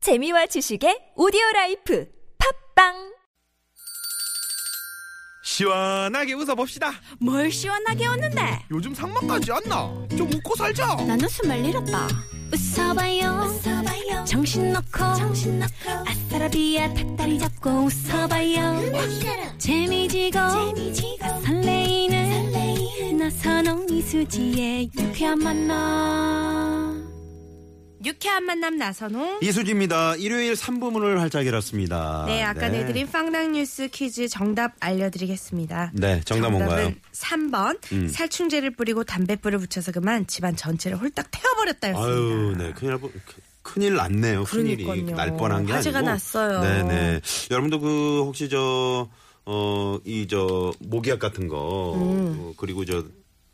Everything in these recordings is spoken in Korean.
재미와 지식의 오디오 라이프 팝빵 시원하게 웃어봅시다. 뭘 시원하게 웃는데 요즘 상만까지 안 나. 좀 웃고 살자. 난 웃음을 잃었다 웃어봐요, 정신 놓고 아싸라비아 닭다리 잡고 웃어봐요 재미지고, 설레이는, 나선홍 이수지의 유쾌한 만남 유쾌한 만남 나선홍 이수지입니다. 일요일 3부문을 활짝 열었습니다. 네, 아까 내드린 빵당 뉴스 퀴즈 정답 알려드리겠습니다. 네, 정답 뭔가요? 음. 정답은 3번 살충제를 뿌리고 담뱃불을 붙여서 그만 집안 전체를 홀딱 태워버렸다였습니다. 아유, 네, 큰일 날 뻔- 큰- 큰일 났네요. 큰일이 그러니까요. 날 뻔한 게 화재가 아니고. 났어요. 네, 네. 여러분도 그 혹시 저 어, 이 저 모기약 같은 거 어, 그리고 저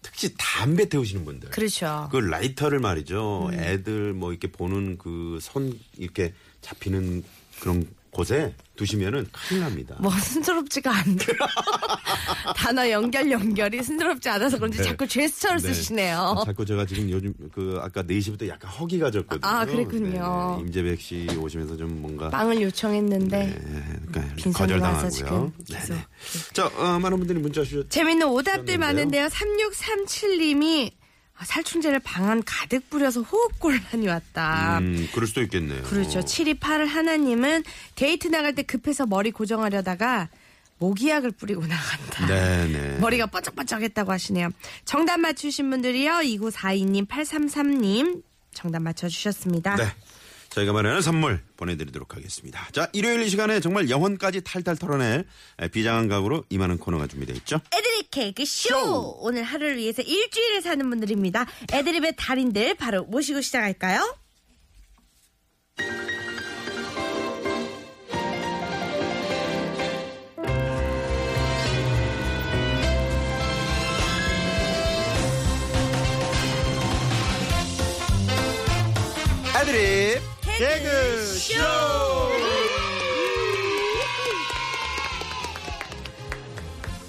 특히 담배 태우시는 음. 분들. 그렇죠. 음. 그 라이터를 말이죠. 애들 뭐 이렇게 보는 그 선 이렇게 잡히는 그런 곳에 두시면은 큰일 납니다. 뭐 순조롭지가 않네. 단어 연결 연결이 순조롭지 않아서 그런지 네. 자꾸 제스처를 네. 쓰시네요. 자꾸 제가 지금 요즘 그 아까 4시부터 약간 허기가 졌거든요. 아, 그랬군요. 네네. 임재백 씨 오시면서 좀 뭔가 빵을 요청했는데 네, 그러니까 빈손으로 와서 거절당하고요. 지금 네네. 계속 자, 어, 많은 분들이 문자 주셨. 재밌는 오답들 그렇네요. 많은데요. 3637님이 살충제를 방안 가득 뿌려서 호흡곤란이 왔다. 음, 그럴 수도 있겠네요. 아, 그렇죠. 728 하나님은 데이트 나갈 때 급해서 머리 고정하려다가 모기약을 뿌리고 나간다. 네네. 머리가 번쩍번쩍했다고 하시네요. 정답 맞추신 분들이요. 2942님, 833님 정답 맞춰주셨습니다. 네. 저희가 마련한 선물 보내드리도록 하겠습니다. 자, 일요일 이 시간에 정말 영혼까지 탈탈 털어낼 비장한 각오로 임하는 코너가 준비되어 있죠. 애드립 케이크 쇼! 오늘 하루를 위해서 일주일을 사는 분들입니다. 애드립의 달인들 바로 모시고 시작할까요? 애드립 개그쇼!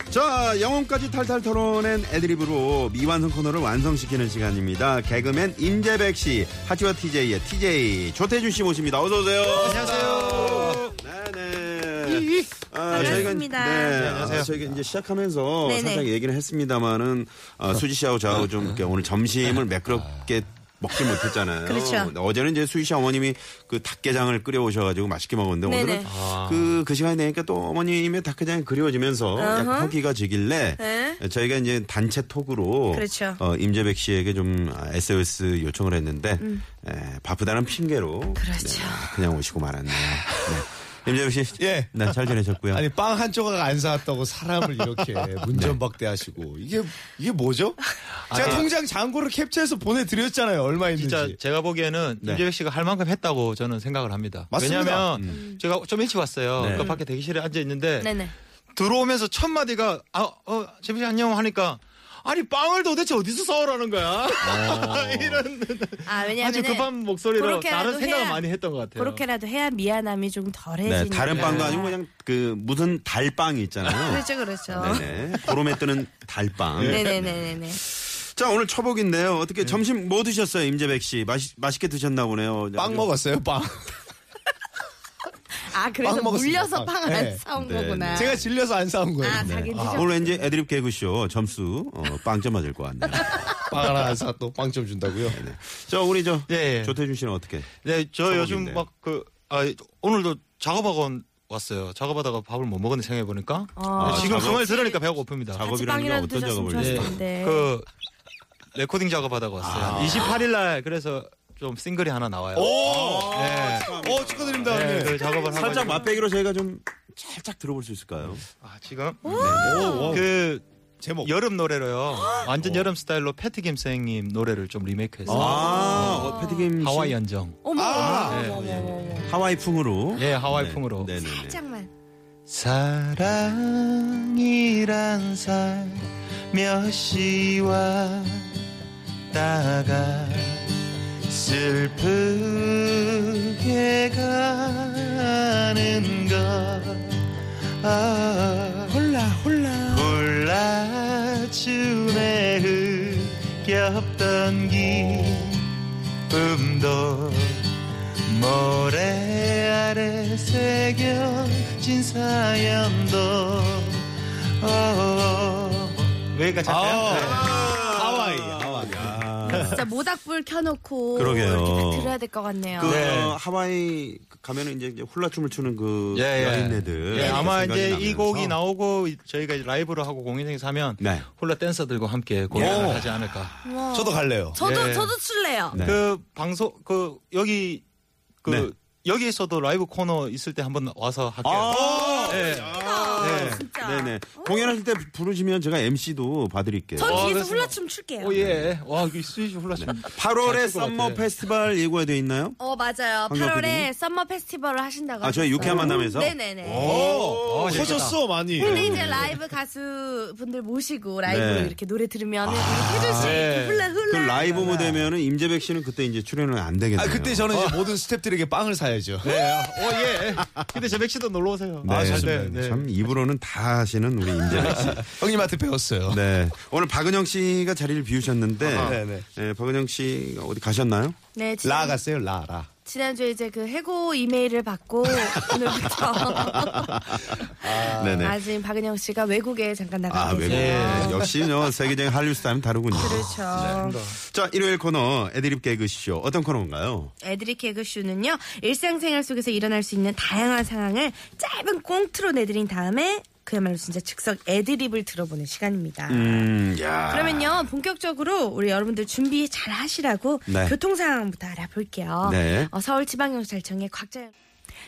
자, 영혼까지 탈탈 털어낸 애드립으로 미완성 코너를 완성시키는 시간입니다. 개그맨 임재백 씨, 하지와 TJ의 TJ 조태준 씨 모십니다. 어서 오세요. 안녕하세요. 네네. 아, 저희가, 네, 반갑습니다. 아, 저희가 이제 시작하면서 네네. 살짝 얘기는 했습니다만은 아, 수지 씨하고 저하고 좀 이렇게 오늘 점심을 매끄럽게 먹지 못했잖아요. 그렇죠. 어제는 이제 수희 씨 어머님이 그 닭게장을 끓여오셔가지고 맛있게 먹었는데 오늘은 네네. 아. 그, 그 시간이 되니까 또 어머님의 닭게장이 그리워지면서 약간 허기가 지길래 네. 저희가 이제 단체 톡으로 그렇죠. 어, 임재백 씨에게 좀 아, SOS 요청을 했는데 에, 바쁘다는 핑계로 음. 그렇죠. 냥 오시고 말았네요. 네. 임재백 씨. 예. 네, 잘 지내셨고요. 아니 빵 한 조각 안 사왔다고 사람을 이렇게 네. 문전박대하시고 이게 이게 뭐죠? 제가 통장 잔고를 캡처해서 보내드렸잖아요. 얼마 있는지. 진짜 제가 보기에는 네. 임재백 씨가 할 만큼 했다고 저는 생각을 합니다. 맞습니다. 왜냐하면 제가 좀 일찍 왔어요. 네. 그러니까 밖에 대기실에 앉아 있는데 네네. 들어오면서 첫 마디가 아, 어, 재백 씨 안녕 하니까 아니 빵을 도대체 어디서 사오라는 거야? 네. 이런 아, 왜냐면 아주 급한 목소리로 다른 생각을 많이 했던 것 같아요. 그렇게라도 해야 미안함이 좀 덜해지는. 네, 다른 빵도 아니고 그냥 그 무슨 달빵이 있잖아요. 그렇죠, 그렇죠. 네네. 보름에 뜨는 달빵. 네네네네네. 자, 오늘 초복인데요. 네. 어떻게 점심 뭐 드셨어요, 임재백 씨? 맛있, 맛있게 드셨나 보네요. 빵 먹었어요. 빵. 아 그래서 빵 먹었습니다. 물려서 빵 안 네. 사온 네, 거구나. 제가 질려서 안 사온 거예요. 네. 아 자기 아, 드셔. 오늘 왠지 애드립 개그쇼 점수 어, 빵점 맞을 것 같네요. 빵 하나 안 사왔고 빵 좀 준다고요. 네. 저 우리 저 예, 예. 조태준 씨는 어떻게? 네, 저 요즘 소고기인데요. 막 그 아, 오늘도 작업학원 왔어요. 작업하다가 밥을 못 먹었네 생각해 보니까 아, 지금 작업? 그 말 들으니까 배가 고픕니다. 같이 작업이라는 게 빵이라도 어떤 드셨으면 작업을 좋았을 해요? 텐데. 그 레코딩 작업하다가 왔어요. 28일 날 그래서 좀 싱글이 하나 나와요. 아. 오, 네. 오 축하드립니다. 네, 네. 그 작업을 하고 살짝 있는데- 맛배기로 저희가 좀 살짝 들어볼 수 있을까요? 아, 지금 오, 오. 그 제목 여름 노래로요. 완전 여름 스타일로 패트김 선생님 노래를 좀 리메이크해서 아, 어, 패티김 하와이 연정. 어머, 아, 어머, 네. 어머, 어머, 어머. 하와이 풍으로. 예, 하와이 풍으로. 네, 네, 네. 살짝만. 사랑이란 살몇 시왔다가 슬프게 가는 것 홀라 홀라 홀라춤에 흐겹던 기쁨도 모래 새겨진 사연도 어, 여기까지 할까요? 네. 하와이, 아, 하와이. 진짜 모닥불 켜놓고 그러게요. 이렇게 다 들어야 될 것 같네요. 그 어, 하와이 가면은 이제, 이제 홀라춤을 추는 그 예, 예. 여인네들. 예, 아마 생각이 이제 이 나면서. 곡이 나오고 저희가 이제 라이브로 하고 공연장에서 하면 네. 홀라 댄서들과 함께 오. 공연을 하지 않을까. 어. 우와. 저도 갈래요. 저도 예. 저도 출래요. 네. 그 방송 그 여기 그 네. 여기에서도 라이브 코너 있을 때 한번 와서 할게요. 아, 예. 아, 네. 진짜. 네네. 공연하실 때 부르시면 제가 MC도 봐드릴게요. 전 어, 뒤에서 그렇습니다. 훌라춤 출게요. 오 예. 와, 이거 수지 홀라 춤. 8월에 잘쓸것 썸머 같아. 페스티벌 예고가 되어 있나요? 어 맞아요. 황교안 8월에 썸머 페스티벌을 하신다고. 아, 하셨어요. 저희 음, 유쾌한 만남에서? 어, 예. 네네네. 오, 아, 재밌겠다. 네. 커졌어, 많이. 근데 이제 라이브 가수 분들 모시고 라이브로 네. 이렇게 노래 들으면 이렇게 해줄 수 네. 있고 훌라 그 훌라. 라이브 무대면은 임재백 씨는 그때 이제 출연을 안 되겠네요. 아, 그때 저는 이제 모든 스탭들에게 빵을 사야죠. 어, 예. 근데 제백 씨도 놀러 오세요. 네, 아, 잘 네, 돼. 네. 참 입으로는 다 하시는 우리 임재백 씨. 형님한테 배웠어요. 네. 오늘 박은영 씨가 자리를 아하. 비우셨는데, 네네. 예, 박은영 씨가 어디 가셨나요? 네 지난, 라 갔어요, 라, 라. 지난주에 이제 그 해고 이메일을 받고 오늘부터 네네. 아, 아직 박은영 씨가 외국에 잠깐 나가 외국. 계세요. 역시 저 세계적인 한류 스타는 다르군요. 네. 그렇죠. 자, 일요일 코너 애드립 개그쇼. 어떤 코너인가요? 애드립 개그쇼는요, 일상생활 속에서 일어날 수 있는 다양한 상황을 짧은 꽁트로 내드린 다음에, 그야말로 진짜 즉석 애드립을 들어보는 시간입니다. 음, 야. 그러면요, 본격적으로 우리 여러분들 준비 잘 하시라고 네. 교통 상황부터 알아볼게요. 네. 어, 서울지방경찰청의 곽자연.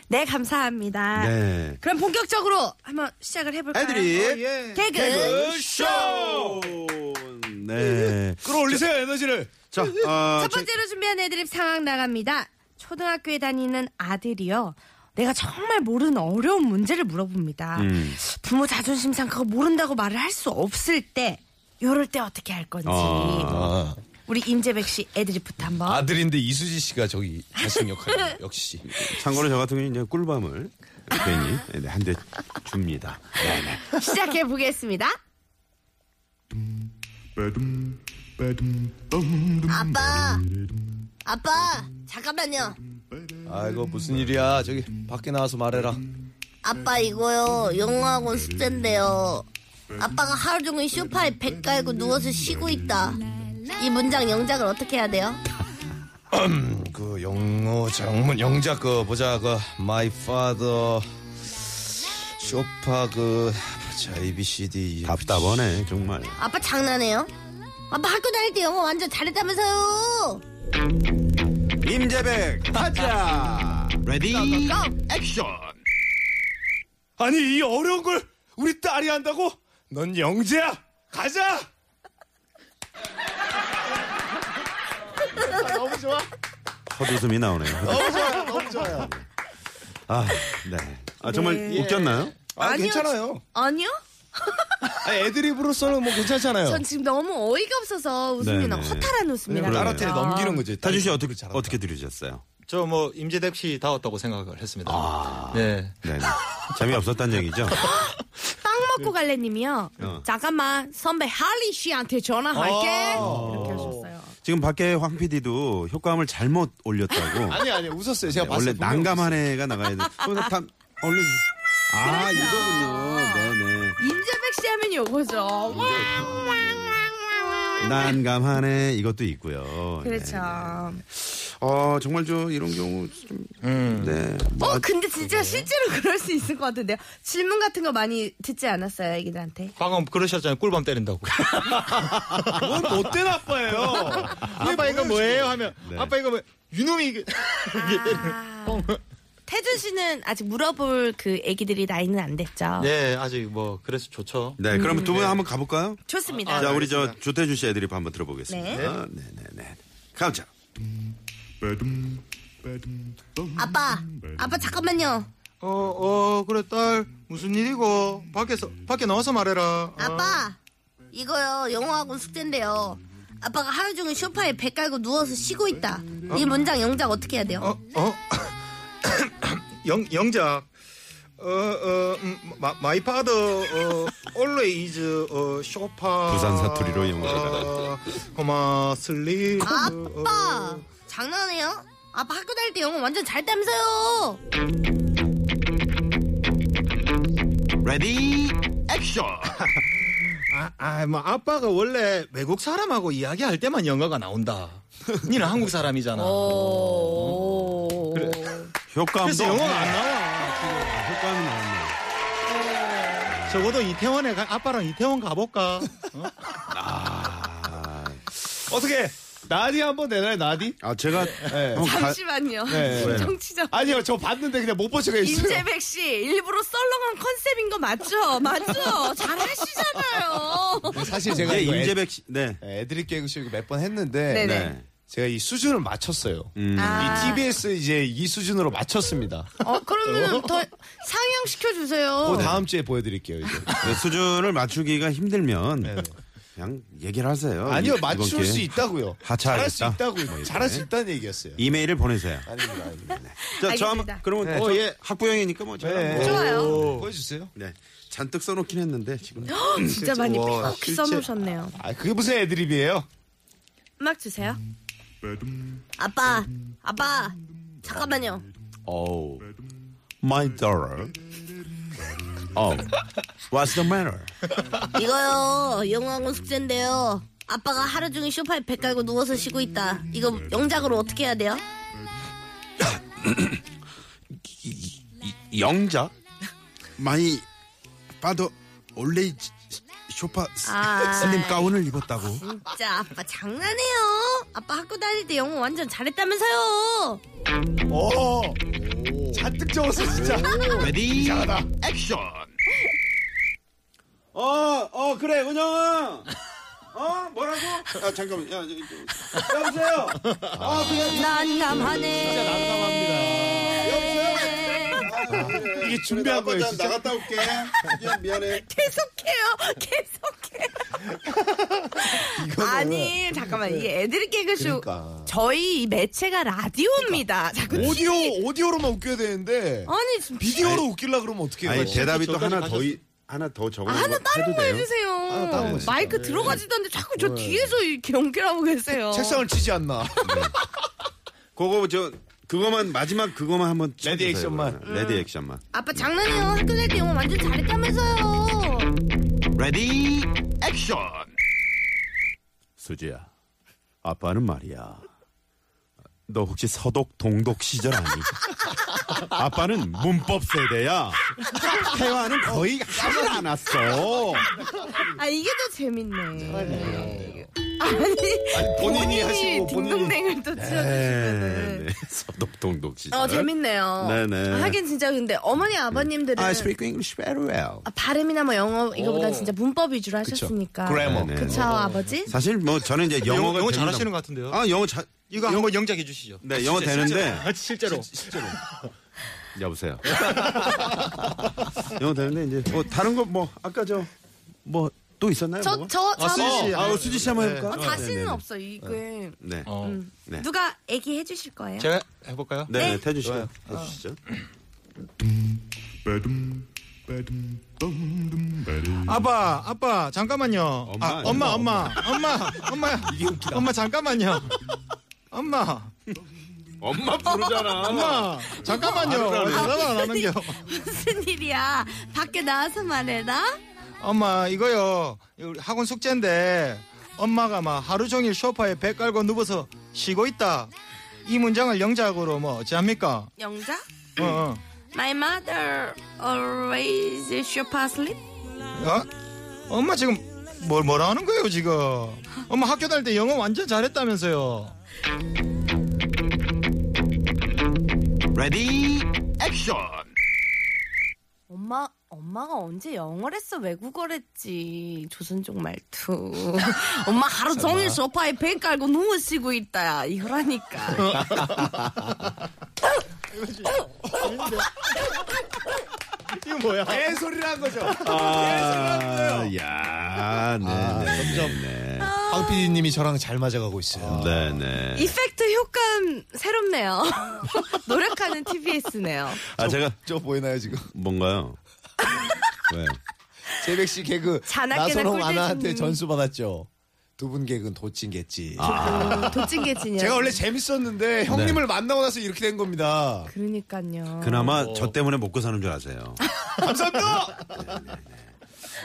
네, 감사합니다. 네. 그럼 본격적으로 한번 시작을 해볼까요? 아, 어, 어, 예. 애드립 예. 개그. 쇼! 네. 끌어올리세요, 에너지를. 자, 어, 아, 첫 번째로 준비한 애드립 상황 나갑니다. 초등학교에 다니는 아들이요. 내가 정말 모르는 어려운 문제를 물어봅니다. 음. 부모 자존심 상하고 모른다고 말을 할 수 없을 때, 요럴 때 어떻게 할 건지. 아, 우리 임재백 씨 애드립부터 한번. 아들인데 이수지 씨가 저기 자신 역할, 역시. 참고로 저 같은 경우는 이제 꿀밤을 괜히 네, 한대 줍니다. 네네. 시작해 보겠습니다. 아빠 아빠 잠깐만요. 아이고, 무슨 일이야. 저기 밖에 나와서 말해라. 아빠 이거요 영어학원 숙제인데요. 아빠가 하루 종일 쇼파에 배 깔고 누워서 쉬고 있다. 이 문장 영작을 어떻게 해야 돼요? 그 영어 장문 영작 그 보자 그 my father 쇼파 그 자, ABCD 답답하네, 정말. 아빠 장난해요? 아빠 학교 다닐 때 영어 완전 잘했다면서요. 임재백, 가자! 레디, 액션! 아니 이 어려운 걸 우리 딸이 한다고? 넌 영재야 가자 헛웃음이 나오네요. 너무 좋아요, 너무 좋아요. 아, 네. 아, 정말 웃겼나요? 아 괜찮아요 아니요? 아니, 애드립으로서는 뭐 괜찮잖아요 전 지금 너무 어이가 없어서 웃음이 네네. 너무 허탈한 아, 웃음이라. 그러네요. 딸한테 넘기는 아, 거지 타주 씨 딸이 어떻게, 잘한다. 어떻게 들으셨어요? 저 뭐 임재덕 씨 다웠다고 생각을 했습니다. 네. 네네. 재미없었다는 얘기죠? 빵 먹고 갈래님이요. 잠깐만 선배 할리 씨한테 전화할게. 이렇게 하셨어요. 지금 밖에 황 PD도 효과음을 잘못 올렸다고. 아니 아니 웃었어요 제가 네, 봤어요 네, 원래 분명히 난감한 애가 나가야 돼. 어, 나 밥, 얼른. 아, 이거군요. 네네. 임재백 씨 하면 요거죠. 난감하네 이것도 있고요. 그렇죠. 네. 어 정말 저 이런 경우 좀 음. 네. 어 근데 진짜 실제로 그럴 수 있을 것 같은데요. 질문 같은 거 많이 듣지 않았어요 애기들한테. 방금 그러셨잖아요. 꿀밤 때린다고. 그건 못된 아빠예요 아빠 이거 뭐예요? 하면 아빠 이거 뭐 유놈이 이게 태준 씨는 아직 물어볼 그 애기들이 나이는 안 됐죠. 네, 아직 뭐 그래서 좋죠. 네, 그럼 두 분 음. 한번 가볼까요? 아, 좋습니다. 자, 아, 우리 저 조태준 씨 애드립 한번 들어보겠습니다. 네, 네, 네. 가보자. 아빠 아빠 잠깐만요. 어, 어, 그래 딸. 무슨 일이고? 밖에서 밖에 나와서 말해라. 아빠 이거요 영어학원 숙제인데요. 아빠가 하루 종일 쇼파에 배 깔고 누워서 쉬고 있다. 이 문장 영작 어떻게 해야 돼요? 어, 어. 영, 영작. 어, 어, 음, 마, 마이 파더, 어, always, 어, 쇼파. 부산 사투리로 영어를 어, 고마, 슬립. 아, 아빠 장난해요? 아빠 학교 다닐 때 영어 완전 잘했다면서요. 레디 액션. 아, 아, 뭐 아빠가 원래 외국 사람하고 이야기할 때만 영어가 나온다. 니는 한국 사람이잖아. 어, 효과음도 그래서 영어가 안 나와. 효과음이 나왔네. 적어도 이태원에 가, 아빠랑 이태원 가볼까? 어? 아. 어떻게 나디 한번 내놔요 나디? 아 제가 네. 한번 가- 잠시만요. 네, 네. 정치적. 아니요 저 봤는데 그냥 못 보시고 있어요. 임재백 씨 일부러 썰렁한 컨셉인 거 맞죠? 맞죠? 잘하시잖아요. 네, 사실 제가 예, 이거 애, 임재백 씨. 네. 애드립 개그쇼 이거 몇 번 했는데 네네. 네. 제가 이 수준을 맞췄어요. 음. 이 TBS 이제 이 수준으로 맞췄습니다. 어, 그러면 더 상향시켜 주세요. 그 다음 주에 보여드릴게요. 이제. 네, 수준을 맞추기가 힘들면 네. 그냥 얘기를 하세요. 아니요 이- 이번 맞출 기회에. 수 있다고요. 잘할 수 하차하겠다. 있다고요. 잘할 수 있다는 얘기였어요. 이메일을 보내세요. 아닙니다. 아닙니다. 자, 저 한번 알겠습니다. 그러면 네. 저 어, 예. 학부형이니까 뭐 제가 네. 뭐- 좋아요. 보여주세요. 네. 잔뜩 써놓긴 했는데 지금 진짜 많이 와, 삐걱히 실제- 써놓으셨네요. 아 그게 무슨 애드립이에요? 음악 주세요. 아빠, 아빠, 잠깐만요. Oh, my daughter. Oh, what's the matter? 이거요, 영어학원 숙제인데요. 아빠가 하루 종일 쇼파에 배 깔고 누워서 쉬고 있다. 이거 영작으로 어떻게 해야 돼요? 영자 많이 빠도 원래 쇼파 아. 슬림 가운을 입었다고. 진짜 아빠 장난해요. 아빠 학교 다닐 때 영어 완전 잘했다면서요. 오 어, 잔뜩 적었어 진짜. 레디 액션. 어, 어 그래 은영아. 어 뭐라고? 아 잠깐만. 야, 저, 저, 여보세요. 아 그래. 난감하네. 여보세요. 이게 네, 준비한 거예요 나갔다, 진짜. 나갔다 올게. 미안, 미안해. 계속해요. 계속해. 아니 잠깐만 이 애들 개그쇼 그러니까. 네. 저희 이 매체가 라디오입니다. 자꾸 오디오 오디오로만 웃겨야 되는데 아니 지금 비디오로 웃길라 그러면 어떻게 해요? 아니 대답이 또 하나 더 이- 하나 더 적어. 아, 하나 다른 거 해주세요. 다른 거 마이크 들어가지도 않는데 자꾸 저 뒤에서 이렇게 연결하고 계세요. 책상을 치지 않나? 그거 저 그거만 마지막 그거만 한번 레디 쳐주세요, 액션만. 그러면. 레디 액션만. 아빠 장난해요. 학교 다닐 때 영어 완전 잘했다면서요. 레디 액션. 수지야, 아빠는 말이야. 너 혹시 서독 동독 시절 아니? 아빠는 문법 세대야. 태화는 거의 하질 않았어. 아 이게 더 재밌네. 아니 본인이, 하시고 본인이- 딩동댕을 또 치워주시면은. 네, 서독 동독 시절. 어 재밌네요. 아, 네네. 하긴 진짜 근데 어머니 아버님들은 I speak English very well. 아, 발음이나 뭐 영어 이거보다 진짜 문법 위주로 하셨으니까. 그래머. 네, 네. 그쵸 아버지? 사실 뭐 저는 이제 영어가 영어, 영어 되는데- 잘하시는 것 같은데요. 아 영어 잘. 이거 한번 영작해 주시죠. 네 영어 되는데 아, 실제로. 여보세요. 영어 되는데 이제 뭐 다른 거 뭐 아까 저 뭐 또 있었나요? 뭐가? 저저 아, 수지 씨. 아, 어, 수지 씨 한번 해볼까? 어, 다시는 없어 이게 네. 어. 네. 누가 얘기해 주실 거예요? 제가 해볼까요? 아. 네, 네, 태준 씨. 해주시죠. 아빠, 아빠, 잠깐만요. 엄마 아, 아니야? 엄마, 엄마, 엄마, 엄마, 엄마, 잠깐만요. 엄마, 엄마 부르잖아. 엄마, 잠깐만요. 얼마나 아, 안 하는 겨. 무슨 일이야? 밖에 나와서 말해라. 엄마 이거요 이거 우리 학원 숙제인데 엄마가 막 하루 종일 소파에 배 깔고 누워서 쉬고 있다 이 문장을 영작으로 뭐 어찌합니까 영자? 어, 어. My mother always sofa sleep. 어? 엄마 지금 뭘 뭐라 하는 거예요 지금 엄마 학교 다닐 때 영어 완전 잘했다면서요 레디 액션. 엄마 엄마가 언제 영어를 했어 외국어를 했지 조선족 말투 엄마 하루 종일 소파에 배 깔고 누워쉬고 있다야 이거라니까 이거 뭐야? 개소리를 한 거죠. 아, 야, 아, 네, 점점 황 PD님이 저랑 잘 맞아가고 있어요. 네, 네. 네. 이펙트 효과음 새롭네요 노력하는 TBS네요 아, 제가 저 보이나요 지금? 뭔가요? 왜? 재백 씨 개그 자나깨나 나선홍 꿀잼 아나한테 중. 전수 받았죠. 두 분 개그는 도찐겠지. 아, 도찐개진이요. 제가 원래 재밌었는데 형님을 만나고 나서 이렇게 된 겁니다. 그러니까요. 그나마 저 때문에 먹고 사는 줄 아세요.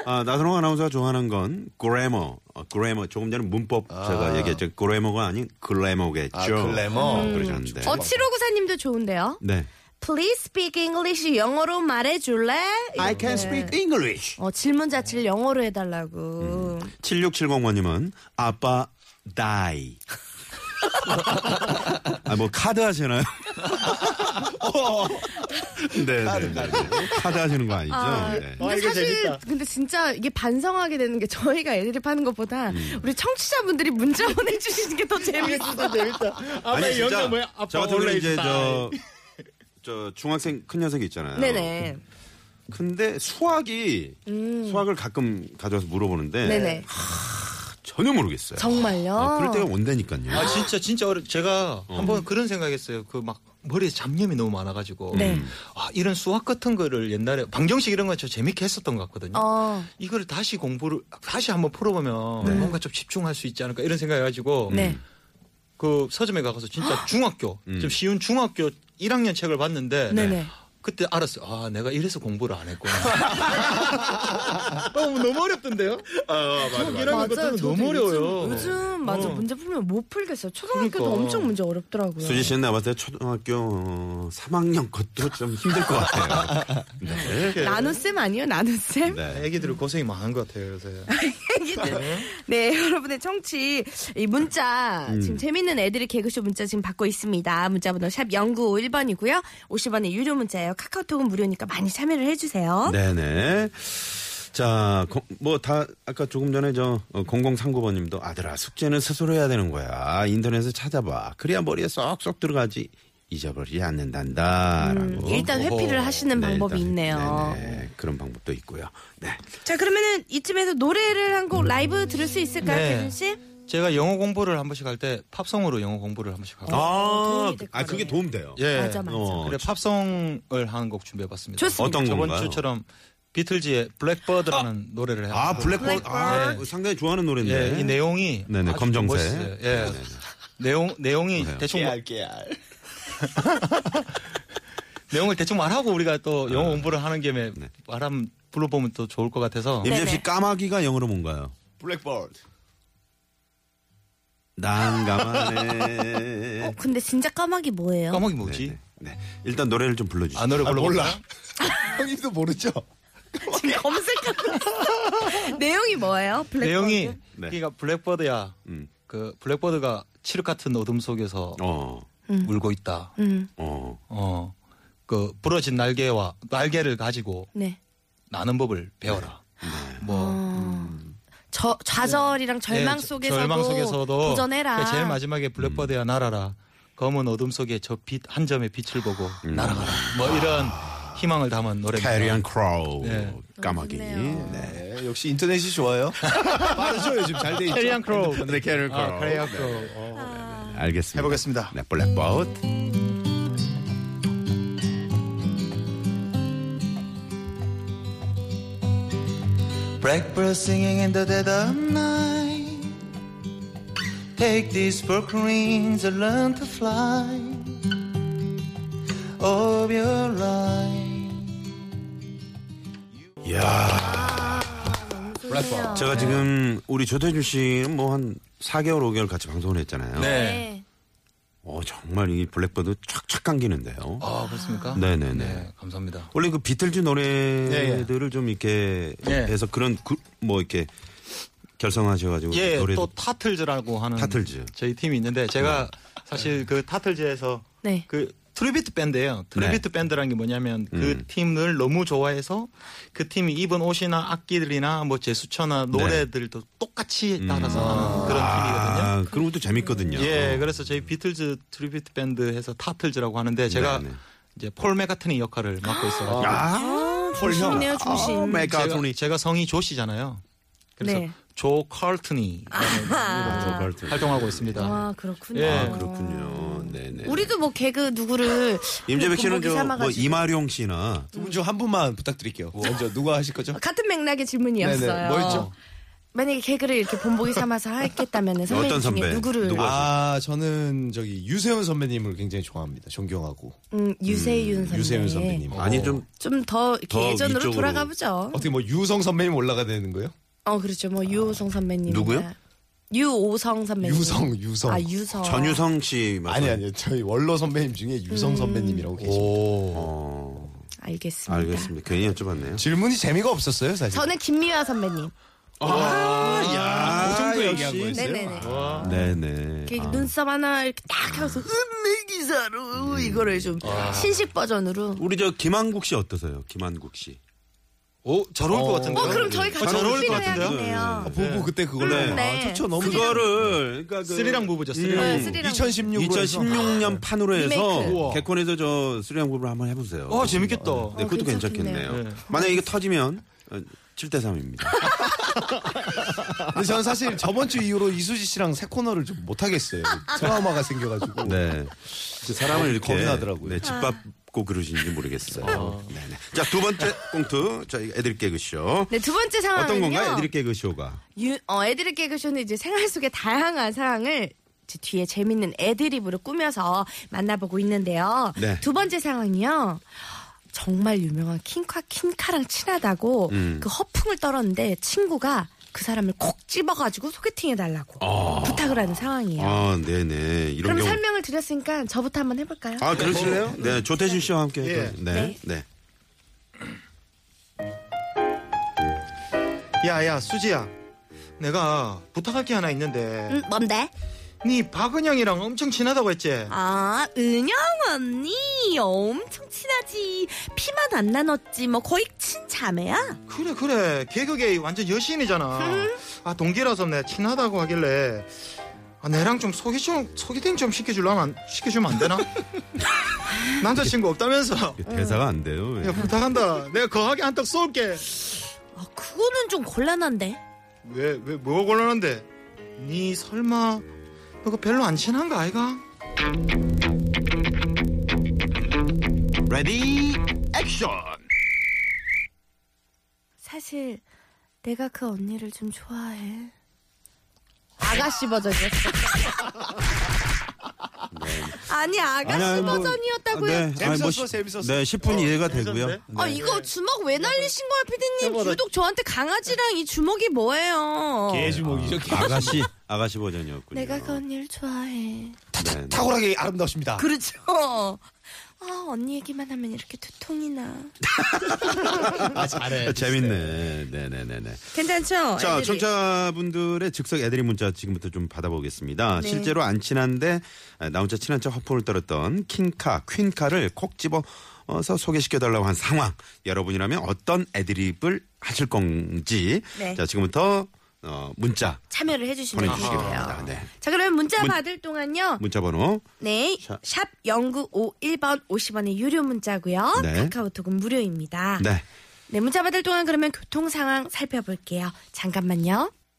아, 나선홍 아나운서가 좋아하는 건 그래머, 어, 그래머. 조금 전에 문법 제가 얘기했죠. 그래머가 아. 아닌 글래머겠죠. 음, 아, 글래머. 그러셨는데. 어, 7594님도 좋은데요. 네. Please speak English. 영어로 말해줄래? I can speak English. 어, 질문 자체를 영어로 해달라고. 7670번님은 아빠 die. 아, 뭐 카드 하시나요? 네, 네, 네. 어. 카드 하시는 거 아니죠? 네. 근데 사실 근데 진짜 이게 반성하게 되는 게 저희가 애드립 하는 것보다 우리 청취자분들이 문자 보내주시는 게 더 재밌어요. 아니 진짜 저 같은 경우 이제 저, 저 중학생 큰 녀석이 있잖아요. 네네. 근데 수학이 수학을 가끔 가져와서 물어보는데 음. 네네. 전혀 모르겠어요. 정말요? 네, 그럴 때가 온다니까요. 아 진짜 진짜 어려. 제가 한번 그런 생각했어요. 그 막 머리에 잡념이 너무 많아가지고 네. 아, 이런 수학 같은 거를 옛날에 방정식 이런 거 저 재밌게 했었던 것 같거든요. 어. 이거를 다시 공부를 다시 한번 풀어보면 뭔가 좀 집중할 수 있지 않을까 이런 생각해가지고 네. 그 서점에 가서 진짜 중학교 좀 쉬운 중학교 1학년 책을 봤는데 네네. 그때 알았어요. 아 내가 이래서 공부를 안 했구나. 어, 너무 어렵던데요? 맞아, 맞아요. 저도 너무 요즘, 어려워요. 요즘 맞아 어. 문제 풀면 못 풀겠어요. 초등학교도 그러니까. 엄청 문제 어렵더라고요. 수지 씨는 나 봤을 때 초등학교 3학년 것도 좀 힘들 것 같아요. 네. 나눗셈 아니요? 나눗셈? 네. 애기들 고생이 많은 것 같아요 요새. 네, 여러분의 청취 이 문자 음. 지금 재밌는 애들이 개그쇼 문자 지금 받고 있습니다. 문자번호 샵 0951번이고요. 50원의 유료 문자예요. 카카오톡은 무료니까 많이 참여를 해주세요. 네네. 자, 뭐 다 아까 조금 전에 저 0039번님도 아들아 숙제는 스스로 해야 되는 거야. 인터넷에 찾아봐. 그래야 머리에 쏙쏙 들어가지 잊어버리지 않는다라고. 일단 회피를 네, 하시는 음, 방법이 있네요. 네 그런 방법도 있고요. 네. 자, 그러면은 이쯤에서 노래를 한 곡 라이브 들을 수 있을까요, 음. 네. 태준 씨? 제가 영어 공부를 한 번씩 할 때 팝송으로 영어 공부를 한 번씩 하고. 아, 도움이 될 아 거네. 그게 도움돼요. 예. 맞아, 맞아. 어, 그래 팝송을 한 곡 준비해봤습니다. 좋습니다. 어떤 저번 건가요? 주처럼 비틀즈의 블랙버드라는 노래를 해요. 아 블랙홀 아, 네. 블랙홀. 상당히 좋아하는 노래인데. 예, 이 내용이 네네, 아주 검정색. 멋있어요. 예. 내용 내용이 대충 뭐- 말- 깨알. 내용을 대충 말하고 우리가 아. 또 영어 공부를 하는 김에 네. 말하면 불러보면 또 좋을 것 같아서 임재씨 네네. 까마귀가 영어로 뭔가요? 블랙버드. 난 가만해. 어, 근데 진짜 까마귀 뭐예요? 까먹이 뭐지? 네. 일단 노래를 좀 불러주세요. 아 노래 아, 불러 몰라. 형님도 모르죠? 지금 검색하고 있어요. 내용이 뭐예요? 블랙 내용이 버드? 네. 그러니까 블랙버드야. 음. 그 블랙버드가 칠흑 같은 어둠 속에서 어, 울고 있다. 음, 어. 어. 그 부러진 날개와 날개를 가지고 네. 나는 법을 배워라. 음. 뭐 저, 좌절이랑 절망 예, 저- 속에서도 절망 속에서도 도전해라. 제일 마지막에 음. 블랙버드야 날아라. 검은 어둠 속에 저 빛 한 점의 빛을 보고 날아가라. 뭐 이런 희망을 담은 노래입니다. 음. 캐리언 크로우 네. 까마귀. 좋네요. 네. 어, 네, 역시 인터넷이 좋아요. 빠르죠, 요즘 잘 돼 있죠. 캐리언 크로우. 네, 캐리언 크로우. 아, 캐리언 크로우. 어. 알겠습니다. 해보겠습니다. 네, 블랙버드. Blackbird singing in the dead of night. Take these broken wings and learn to fly. Of your life. 아, 블랙버드. 제가 네. 지금 우리 조태준 씨는 뭐 한 4개월, 5개월 같이 방송을 했잖아요. 네. 네. 어, 정말 이 블랙버드 촥촥 감기는데요. 아, 그렇습니까? 네네네. 네, 감사합니다. 원래 그 비틀즈 노래들을 좀 이렇게 예. 해서 그런 그, 뭐 이렇게 결성하셔가지고 예, 노래 또 타틀즈라고 하는 타틀즈. 네. 저희 팀이 있는데 제가 사실 그 타틀즈에서 네. 그 트리비트 밴드예요. 네. 트리비트 밴드라는 게 뭐냐면 그 음. 팀을 너무 좋아해서 그 팀이 입은 옷이나 악기들이나 뭐 제스처나 네. 노래들도 똑같이 따라서 하는 그런 팀이거든요. 아, 음. 그런 것도 재밌거든요. 예, 그래서 저희 비틀즈 트리비트 밴드에서 타틀즈라고 하는데 제가 네, 네. 이제 폴 메가트니 역할을 맡고 있어요. 아, 그러니까 중심이네요, 중심. 아, 오 마이 갓, 어, 제가, 소니. 제가 성이 조씨잖아요. 그래서 네. 조 칼튼이라는 활동하고 있습니다. 아, 그렇군요. 예. 아, 그렇군요. 네네. 우리도 뭐 개그 누구를 임재백 씨는 본보기 저뭐 그 삼아가지고. 이마룡 씨나 두분 중 한 분만 부탁드릴게요. 뭐 먼저 누가 하실 거죠? 같은 맥락의 질문이었어요. 네네, 뭐였죠? 만약에 개그를 이렇게 본보기 삼아서 했겠다면 선배님 어떤 선배? 중에 누구를 누구? 아, 저는 저기 유세윤 선배님을 굉장히 좋아합니다. 존경하고. 음, 유세윤 선배 유세윤 선배님. 아니 어. 좀 좀더 더 예전으로 위쪽으로. 돌아가 보죠. 어떻게 뭐 유성 선배님 올라가야 되는 거예요? 어 그렇죠. 뭐 유호성 선배님. 누구요? 유오성 선배님. 유성, 유성. 네. 아 유성. 전유성 씨 맞아요. 아니 아니요. 저희 원로 선배님 중에 음. 유성 선배님이라고 계십니다. 어, 알겠습니다. 알겠습니다. 괜히 여쭤봤네요. 질문이 재미가 없었어요, 사실. 저는 김미화 선배님. 야, 그 정도 얘기한 거였어요. 네네네. 아, 네네. 그 아. 이렇게 눈썹 하나 이렇게 딱 하고서 음내 기사로 이거를 좀 신식 버전으로. 우리 저 김한국 씨 어떠세요? 김한국 씨. 오잘 어울 것 같은데. 어 그럼 저희 같이 잘 어울릴 것 같은데요. 해야겠네요. 아, 부부 그때 그걸로 음, 네. 아, 좋죠. 너무 그거를 그러니까 그 쓰리랑 부부죠. 쓰리랑. 네, 부부. 어, 쓰리랑 2016으로 2016년 판으로 해서 리메이크. 우와. 개콘에서 저 쓰리랑 부부를 한번 해보세요. 어 재밌겠다. 네, 아, 그것도 괜찮겠네요. 괜찮겠네요. 네. 만약 이게 터지면 어, 7대 3입니다. 근데 저는 사실 저번 주 이후로 이수지 씨랑 새 코너를 좀 못 하겠어요. 트라우마가 생겨가지고. 네. 그 사람을 이렇게 겁이 나더라고요. 네, 집 밟고 그러시는지 모르겠어요. 네네. 자, 두 번째 꽁트. 자, 이거 애들 개그쇼. 네, 두 번째 상황은요. 어떤 건가요? 애들 개그쇼가. 유, 어, 애드립 개그쇼는 이제 생활 속의 다양한 상황을 이제 뒤에 재밌는 애드립으로 꾸며서 만나보고 있는데요. 네. 두 번째 상황이요. 정말 유명한 킹카 킹카랑 친하다고 그 허풍을 떨었는데 친구가 그 사람을 콕 집어가지고 소개팅 해달라고 부탁을 하는 상황이에요. 아, 네네. 이런 그럼 경우. 설명을 드렸으니까 저부터 한번 해볼까요? 아, 그러시네요? 네, 조태준 씨와 함께. 네. 네. 네. 야야 수지야. 내가 부탁할 게 하나 있는데. 음, 뭔데? 네 박은영이랑 엄청 친하다고 했지. 아, 은영 언니 어, 엄청 친하지. 피만 안 나눴지. 뭐 거의 친자매야. 그래 그래 개그계 완전 여신이잖아. 음. 아 동기라서 내 친하다고 하길래 아, 내랑 좀 소개 좀 소개팅 좀 시켜주려면 안- 시켜주면 안 되나? 남자친구 없다면서. 음. 이게 대사가 안 돼요. 왜. 야 부탁한다. 내가 거하게 한턱 쏠게. 아, 그거는 좀 곤란한데. 왜 왜 뭐가 곤란한데? 니 설마 너가 별로 안 친한 거 아이가? 레디? 사실 내가 그 언니를 좀 좋아해. 아가씨 버전이었어. 아니 아가씨 버전이었다고요. 네. 뭐, 아니, 뭐 재밌었어, 시- 재밌었어. 네, 10분 이해가 되고요. 네. 아 이거 주먹 왜 날리신 거야 피디님? 해봐라. 주독 저한테 강아지랑 이 주먹이 뭐예요? 개주먹이죠. 아가씨, 아가씨 버전이었군요. 내가 그 언니를 좋아해. 네, 네. 탁월하게 아름다우십니다. 그렇죠. 아 어, 언니 얘기만 하면 이렇게 두통이 나. 아, 재밌네. 네네네네. 괜찮죠? 자, 어, 애들이? 청자분들의 즉석 애드립 문자 지금부터 좀 받아보겠습니다. 네. 실제로 안 친한데 아, 나 혼자 친한 척 허풍을 떨었던 킹카, 퀸카를 콕 집어서 소개시켜달라고 한 상황. 여러분이라면 어떤 애드립을 하실 건지. 네. 자, 지금부터 어, 문자 참여를 해주시면 보내주시기 돼요. 바랍니다. 네. 자 그러면 문자 문- 받을 동안요. 문자 번호. 네. 샵. 샵 0951번 50원의 유료 문자고요. 네. 카카오톡은 무료입니다. 네. 네, 문자 받을 동안 그러면 교통 상황 살펴볼게요. 잠깐만요.